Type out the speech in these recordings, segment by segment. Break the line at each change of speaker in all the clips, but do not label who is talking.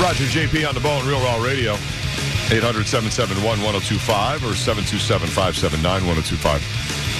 Roger JP on the Bone Real Raw Radio. 800 771 1025 or 727 579 1025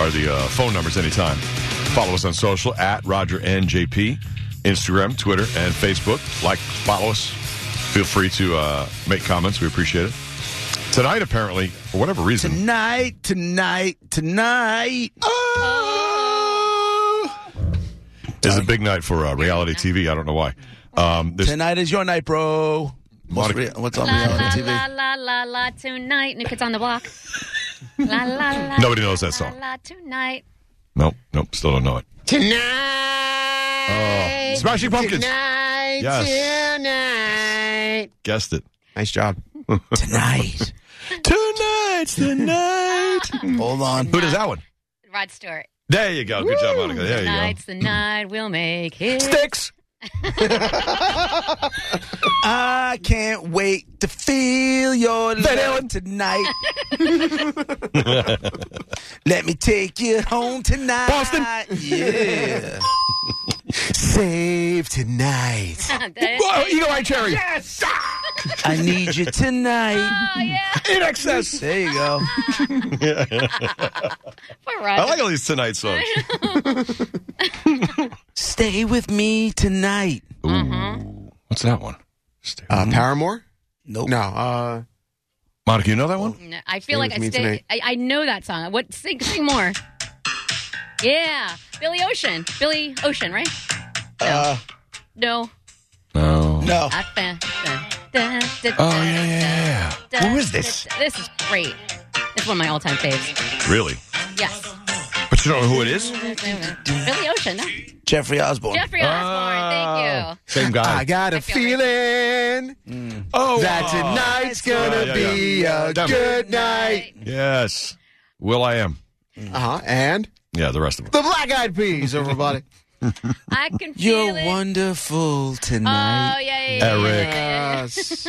are the uh, phone numbers anytime. Follow us on social at Roger and JP, Instagram, Twitter, and Facebook. Like, follow us. Feel free to uh, make comments. We appreciate it. Tonight, apparently, for whatever reason,
Tonight, tonight, tonight.
is a big night for uh, reality TV. I don't know why. Um, this,
Tonight is your night, bro. What's,
Monica-
re- what's on
La
reality
la
TV?
la la la la tonight. New Kids on the Block. la la la.
Nobody knows that
La
song.
la tonight.
nope, nope, still don't know it. Oh,
Tonight.
Smashing Pumpkins.
Tonight. Tonight.
Guessed it.
Nice job. Tonight.
Tonight's the night.
Hold on.
Who does that one?
Rod Stewart.
There you go. Good job, Monica. There you go.
Tonight's the night we'll make it.
Sticks.
I can't wait to feel your love tonight. Let me take you home tonight.
Boston.
Yeah. Save tonight.
Whoa, Eagle Eye Cherry.
I need you tonight.
Oh yeah,
In excess.
There you go.
for
I
Rod.
like all these tonight songs.
Stay with me tonight.
What's that one? Sticks.
Uh, Paramore?
Nope.
No. Uh,
Monica, you know that one?
No, I feel like I
with me
stay.
tonight.
I, I know that song. What? Sing, sing more. Yeah, Billy Ocean. Billy Ocean, right? No. no.
No.
No.
I found. da, da, da,
Oh, yeah, yeah,
da,
Who is
da,
this?
da. This is great. It's one of my all-time faves.
yeah. Really?
Yes.
But you don't know who it is?
Billy Ocean.
Jeffrey Osborne.
Jeffrey Osborne. Thank you.
Oh. Same guy.
I got a
feel
feeling
oh,
Mm. that
wow.
tonight's gonna
Yeah, yeah,
be a
Damn it.
good night.
Yes. Will I am.
Uh huh. And
Yeah, the rest of them.
the Black Eyed Peas, everybody.
I can feel
You're
it.
wonderful
Oh
tonight.
yeah, yeah, yeah. yeah,
Eric.
yeah, yeah.
yes.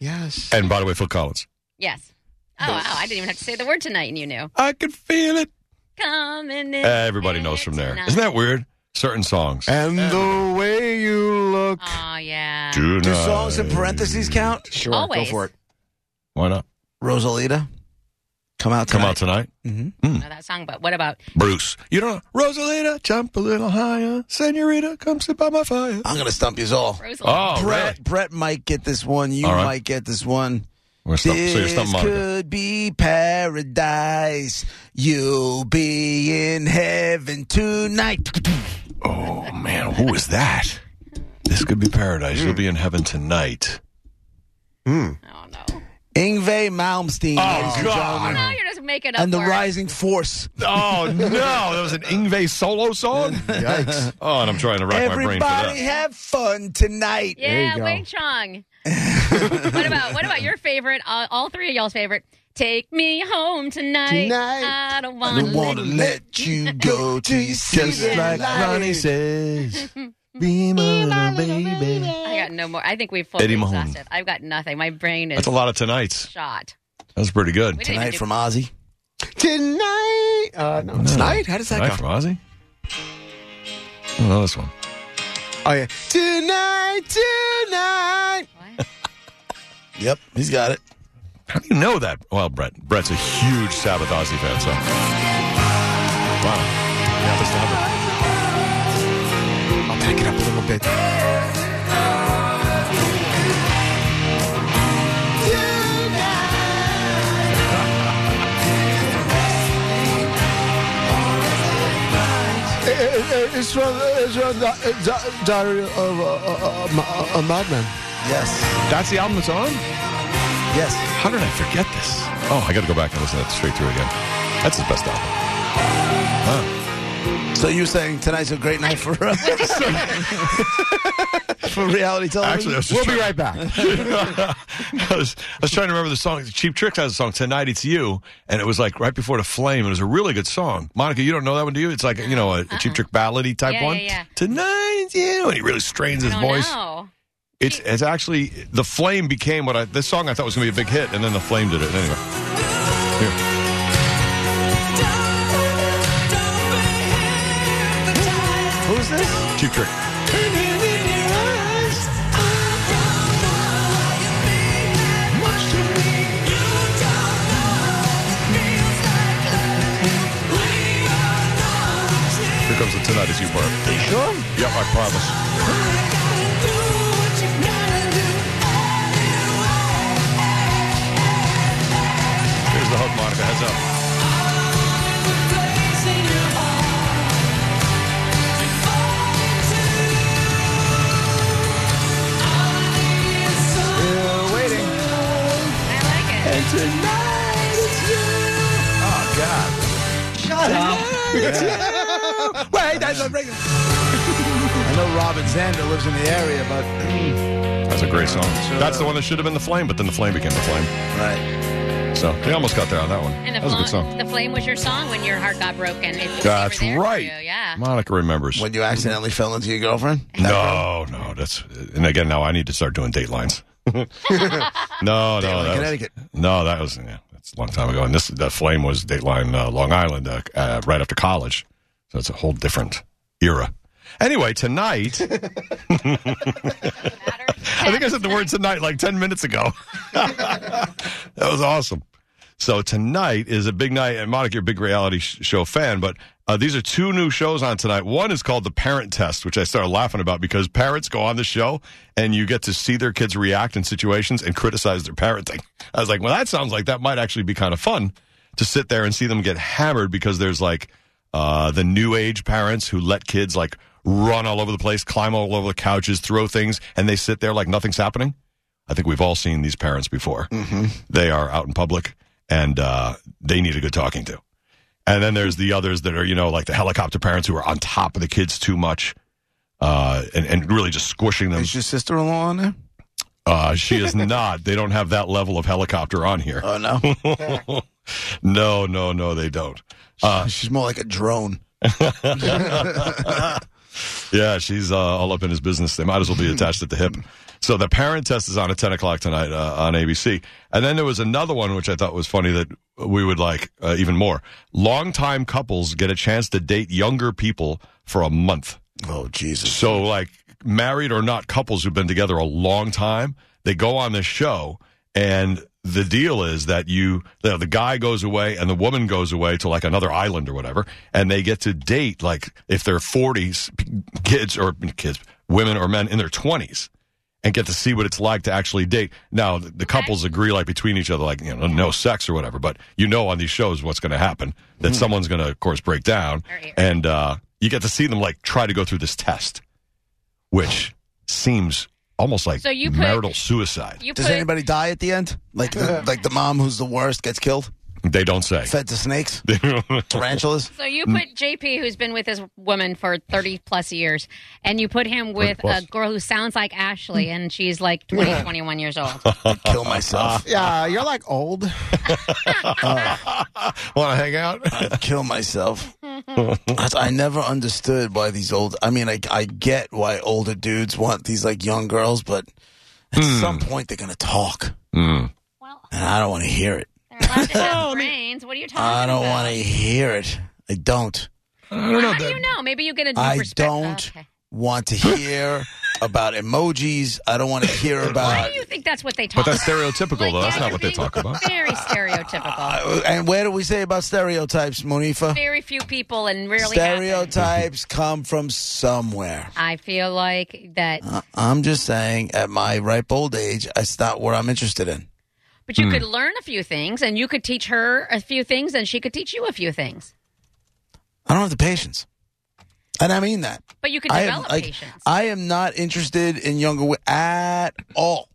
yes.
And by the way, Phil Collins.
Yes. Oh wow, I didn't even have to say the word tonight, and you knew.
I can feel it.
Coming in.
Everybody knows from there. Isn't that weird? Certain songs.
And the way you look.
Oh yeah.
Tonight.
Do songs in parentheses count?
Sure,
Always.
go for it.
Why not?
Rosalita, come out
Come
tonight.
out tonight.
Know that song, but what about?
Bruce. You don't know. Rosalita, jump a little higher. Senorita, come sit by my fire.
I'm gonna stump you all.
Rosalie?
Oh,
Brett,
right.
Brett might get this one. You
All right.
might get this one.
We're stump- so you're
this
stumping Monica.
could be paradise. You'll be in heaven tonight.
Oh, man. Who is that? This could be paradise. You'll be in heaven tonight.
Oh no.
Ingve Malmsteen.
Oh,
ladies and gentlemen,
No, you're just making up.
And the
words.
Rising Force.
Oh no, that was an Ingve solo song. Yikes! Oh, and I'm trying to rack my brain for
Everybody
that.
have fun tonight.
Yeah, Wang Chong. what about what about your favorite? All, all three of y'all's favorite. Take me home tonight.
Tonight.
I don't
I
want
don't want to let you go till you see
Just
the
like
light.
Ronnie
says, "Be my little baby."
I got no more. I think we've fully
Eddie Mahoney.
exhausted. I've got nothing. My brain is
That's a lot of tonights.
shot.
That was pretty good.
We didn't even
Tonight
do-
from Ozzy.
Tonight. Uh, no, Tonight? How does that
Tonight
go?
from Ozzy. I don't know this one.
Oh, yeah. Tonight, tonight.
What?
Yep, he's got it.
How do you know that? Well, Brett. Brett's a huge Sabbath Ozzy fan, so. Wow. Yeah, this number.
I'll back it up a little bit. It's from, it's from the, the Diary of a, a, a, a Madman.
Yes,
That's the album that's on.
yes.
How did I forget this? Oh, I got to go back and listen to that straight through again. That's his best album.
So you're saying tonight's a great night for us? for reality television?
Actually, I was just
We'll be
trying-
right back.
I was, I was trying to remember the song. Cheap Trick has a song, Tonight It's You, and it was like right before The Flame. It was a really good song. Monica, you don't know that one, do you? It's like, you know, a, a Cheap Trick ballady type
Uh-uh. Yeah,
one.
yeah, yeah.
Tonight It's You. And he really strains his
don't
voice.
know.
It's, it's actually, The Flame became what I, this song I thought was going to be a big hit, and then The Flame did it. Anyway. Here.
Who's this?
Cheap Trick. Here comes the Tonight It's You part.
You sure?
Yep, I promise. Here's the hook, Monica. Heads up.
Still waiting.
I like it.
Oh, God.
Shut up. Wait, that's a break. I know Robin Zander lives in the area, but
That's a great song. That's the one that should have been The Flame, but then The Flame became The Flame.
right.
So they almost got there on that one.
And the,
that was a good
Flo-
song.
the flame was your song when your heart got broken. It- it was
That's
over there for
right.
you, Yeah.
Monica remembers.
When you accidentally fell into your girlfriend?
no, no, that's and again now I need to start doing datelines. no, no, that
Connecticut.
Was, no, that was yeah, that's a long time ago. And this the flame was Dateline uh, Long Island uh, uh, right after college, so it's a whole different era. Anyway, tonight
Matter-
I think I said the word tonight like 10 minutes ago. that was awesome. So tonight is a big night, and Monica, you're a big reality sh- show fan, but uh, these are two new shows on tonight. One is called The Parent Test, which I started laughing about because parents go on the show and you get to see their kids react in situations and criticize their parenting. I was like, well, that sounds like that might actually be kind of fun to sit there and see them get hammered because there's like uh, the new age parents who let kids like run all over the place, climb all over the couches, throw things, and they sit there like nothing's happening. I think we've all seen these parents before. Mm-hmm. They are out in public and uh, they need a good talking to. And then there's the others that are, you know, like the helicopter parents who are on top of the kids too much uh, and, and really just squishing them.
Is your sister in law on there?
Uh, she is not. They don't have that level of helicopter on here.
Oh, no.
no, no, no, they don't.
Uh, She's more like a drone.
Yeah, she's uh, all up in his business. They might as well be attached at the hip. So the parent test is on at ten o'clock tonight uh, on ABC, and then there was another one which I thought was funny that we would like uh, even more. Longtime couples get a chance to date younger people for a month.
Oh, Jesus.
So, like, married or not, couples who've been together a long time, they go on this show, and the deal is that you, you know, the guy goes away and the woman goes away to like another island or whatever, and they get to date, like, if they're 40s, p- kids or kids, women or men in their 20s. And get to see what it's like to actually date. Now, the, the couples agree, like between each other, like, you know, no sex or whatever, but you know on these shows what's going to happen that someone's going to, of course, break down.
Right.
And uh, you get to see them, like, try to go through this test which seems almost like
So you put-
marital suicide.
You
Does
put-
anybody die at the end? Like the, like the mom who's the worst gets killed?
they don't say.
Fed to snakes? Tarantulas?
So you
Mm.
put JP, who's been with this woman for thirty plus years, and you put him with
30 plus.
a girl who sounds like Ashley, and she's like 20, 21 years old.
Kill myself.
Yeah, you're like old.
Want to hang out?
I'd kill myself. That's- I never understood why these old. I mean, I I get why older dudes want these like young girls, but at some point they're gonna talk,
well,
and I don't want to hear it.
they're allowed to have brains. What are you talking about?
I don't want to hear it. I don't.
How do you know? Maybe you get a
I
respect.
don't
okay.
want to hear about emojis. I don't want to hear
Why
about.
do you think that's what they talk?
But that's
about?
stereotypical,
Like,
though. That's
yeah,
not
you're
what they
being
talk about.
Very stereotypical.
Uh, and where do we say about stereotypes, Monifa?
Very few people, and rarely happen.
Stereotypes come from somewhere.
I feel like that,
I- I'm just saying, at my ripe old age, it's not what I'm interested in.
but
Hmm.
you could learn a few things, and you could teach her a few things, and she could teach you a few things.
I don't have the patience. And I mean that.
But you could
I
develop
am, like,
patience.
I am not interested in younger women at all.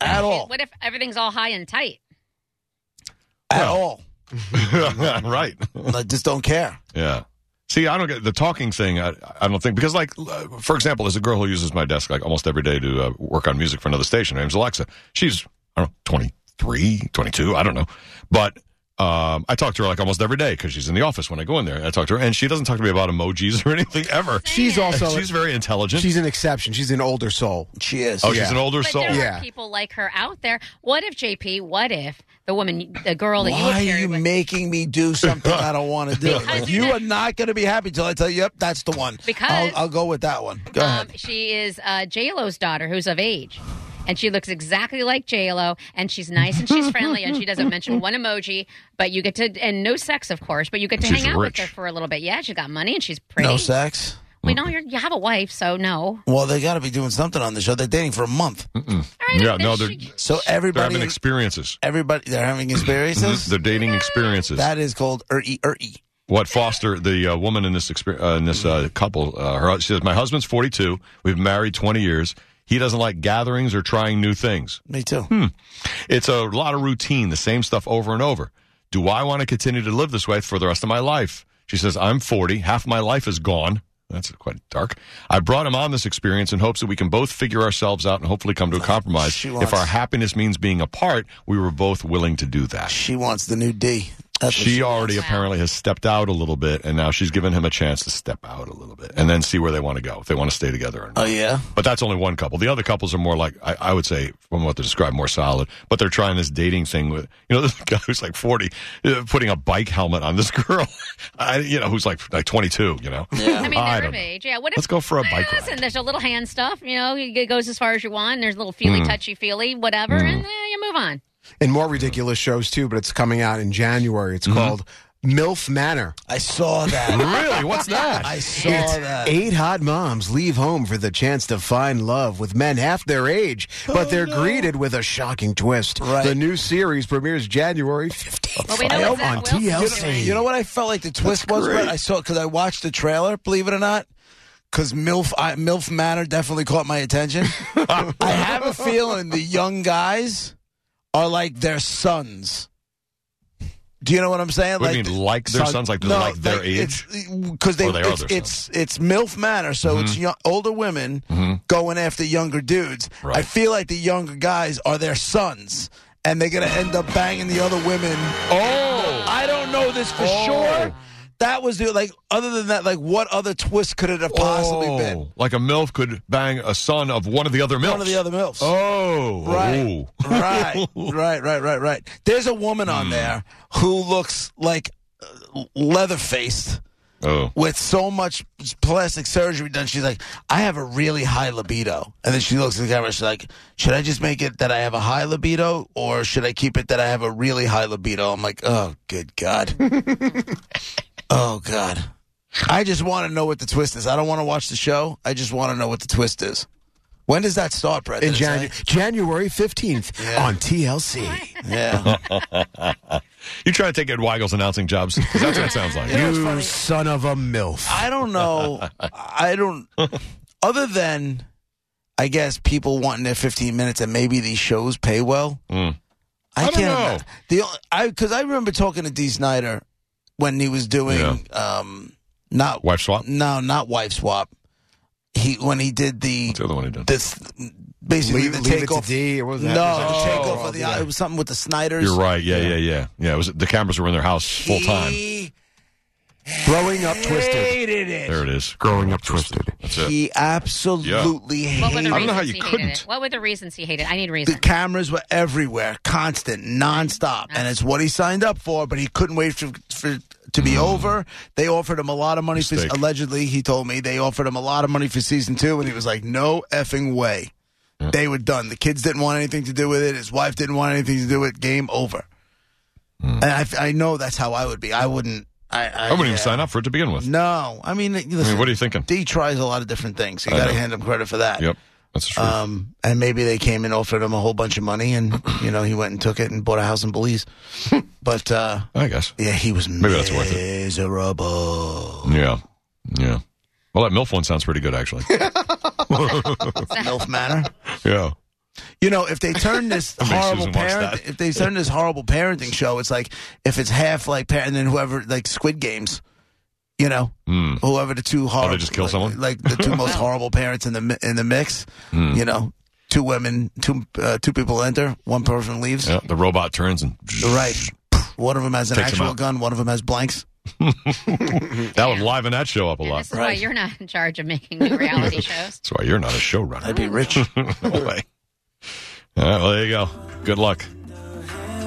At all.
What if everything's all high and tight?
At all.
right.
I just don't care.
Yeah. See, I don't get the talking thing. I, I don't think because, like, uh, for example, there's a girl who uses my desk like almost every day to uh, work on music for another station. Her name's Alexa. She's I don't know, 23, 22, I don't know, but um, I talk to her like almost every day because she's in the office when I go in there. I talk to her, and she doesn't talk to me about emojis or anything ever.
She's also
she's very intelligent.
she's an exception. She's an older soul.
She is.
oh, she's an older
But
soul.
there
Yeah.
are people like her out there. What if JP? What if the woman, the girl that
Why
you
are
were
you
with,
making me do something I don't want to do?
Because
Like,
you
you
did.
are not going to be happy till I tell you, yep, that's the one.
Because-
I'll, I'll go with that one. Go
um,
ahead.
she is uh, J Lo's daughter, who's of age, and she looks exactly like J Lo, and she's nice and she's friendly, and she doesn't mention one emoji. But you get to, and no sex, of course, but you get to
She's
hang out
rich.
with her for a little bit. Yeah, she's got money and she's pretty.
No sex.
We know you're, you have a wife, so no.
Well, they got to be doing something on the show. They're dating for a month,
All right,
Yeah,
then
no,
she-
Mm. they're-
so
They're
everybody,
having experiences.
everybody, they're having experiences.
They're dating experiences.
that is called er-y, er-y.
what Foster, the uh, woman in this exper- uh, in this uh, couple, uh, her, she says, "My husband's 42. We've been married 20 years. He doesn't like gatherings or trying new things.
Me too.
Hmm. It's a lot of routine, the same stuff over and over. Do I want to continue to live this way for the rest of my life?" She says, "I'm 40. Half my life is gone." That's quite dark. I brought him on this experience in hopes that we can both figure ourselves out and hopefully come to a compromise.
She
If
wants-
our happiness means being apart, we were both willing to do that.
She wants the new D. That's what
she already apparently has stepped out a little bit, and now she's given him a chance to step out a little bit and then see where they want to go, if they want to stay together. Or not.
Oh yeah.
But that's only one couple. The other couples are more like, I, I would say, from what they describe, more solid. But they're trying this dating thing with, you know, this guy who's like 40, uh, putting a bike helmet on this girl, I, you know, who's like like 22, you know?
I mean,
I
they're
don't
of
know.
age. Yeah. What if,
Let's go for a bike
Listen,
ride.
there's a little hand stuff. You know, it goes as far as you want. And there's a little
Hmm.
feely, touchy feely, whatever, and then you move on.
And more ridiculous shows too, but it's coming out in January.
Mm-hmm.
It's called MILF Manor.
I saw that.
Really? What's that?
I saw that.
Eight hot moms leave home for the chance to find love with men half their age, but they're greeted with a shocking twist.
Right.
The new series premieres January 15th
Well, we know what Zach
on
Wilson's
TLC.
doing.
You know what I felt like the twist was? Brett? I saw because I watched the trailer. Believe it or not, because MILF I, MILF Manor definitely caught my attention. I have a feeling the young guys are like their sons. Do you know what I'm saying?
What do you mean, like their sons? Like, like their age?
Because they,
Or they are
it's,
their Mm-hmm.
it's it's MILF Manor, so it's yo- older women going after younger dudes. I
Right.
feel like the younger guys are their sons, and they're gonna end up banging the other women.
Oh!
I don't know this for sure. That was the like. Other than that, like, what other twist could it have possibly
Oh,
been?
Like a MILF could bang a son of one of the other MILFs.
One of the other milfs.
Oh.
Right.
Ooh.
right, right, right, right, right. There's a woman on
Hmm.
there who looks like leather faced
Oh.
with so much plastic surgery done. She's like, I have a really high libido, and then she looks at the camera. She's like, Should I just make it that I have a high libido, or should I keep it that I have a really high libido? I'm like, Oh, good God. Oh God. I just want to know what the twist is. I don't want to watch the show. I just want to know what the twist is. When does that start, Brett?
in
Did it
Janu-
say?
January 15th
Yeah.
on TLC.
Yeah.
You trying to take Ed Weigel's announcing jobs? 'Cause That's what it sounds like.
You son of a MILF.
I don't know. I don't. Other than, I guess people wanting their 15 minutes, and maybe these shows pay well. I,
Hmm. I don't
can't.
know.
imagine- The only- I because I remember talking to D. Snyder when he was doing um not
Wife swap?
no not wife swap. He when he did the
What's the other one he did?
this basically
Leave-
the
Leave It to
takeoff.
D, or what was that?
No,
Oh,
the takeoff
I'll
of
do
the
that.
it was something with the Snyders.
You're right. Yeah, yeah, yeah. Yeah, it was the cameras were in their house full time.
He
Growing Up Twisted.
hated it.
There it is.
Growing Up Twisted.
That's it.
He absolutely
What were
hated
the
I don't
reasons
know how you
he hated
couldn't.
it? What were the reasons he hated? it? I need
the
reasons.
cameras were everywhere, constant, nonstop, and it's what he signed up for. But he couldn't wait for, for to be over. They offered him a lot of money. For,
Mm. Mistake.
allegedly, he told me they offered him a lot of money for season two, and he was like, "No effing way." They were done. The kids didn't want anything to do with it. His wife didn't want anything to do with it. Game over.
Mm.
And I, f- I know that's how I would be. I wouldn't. I, I,
I wouldn't
yeah.
even sign up for it to begin with.
No, I mean, listen,
I mean, what are you thinking?
D tries a lot of different things. You
I
got to
know.
hand him credit for that.
Yep. That's true.
Um, and maybe they came and offered him a whole bunch of money, and you know he went and took it and bought a house in Belize. but uh,
I guess.
yeah, he was
Maybe that's worth it.
miserable.
Yeah. Yeah. Well, that MILF one sounds pretty good, actually.
Milf Manor.
yeah.
You know, if they turn this
Make
horrible
Susan watch
parent,
that.
if they turn this horrible parenting show, it's like if it's half like parent, and then whoever like Squid Games. You know, whoever the two horrible,
Hmm. Oh, just kill
like,
someone? Hmm.
like the two most horrible parents in the mi- in the mix. You know, two women, two uh, two people enter, one person leaves.
Yeah, the robot turns and
Right. One of them has an
Takes 'em
actual
out.
gun. One of them has blanks.
that would liven that show up a
And
lot.
this is why
Right.
you're not in charge of making new reality shows.
That's why you're not a showrunner.
I'd be rich.
No way. All right, well, there you go. Good luck.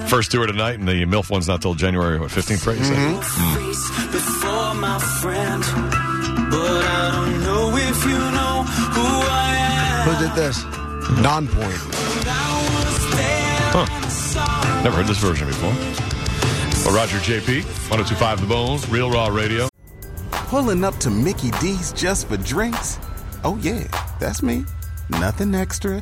First tour tonight, and the MILF one's not till January what, 15th, right? You said?
face before my friend. But I don't know if you know who I am.
Who did this?
Non-point.
I was there and saw
Never heard this version before. Well, Roger JP, 1025 The Bones, Real Raw Radio.
Pulling up to Mickey D's just for drinks? Oh, yeah, that's me. Nothing extra,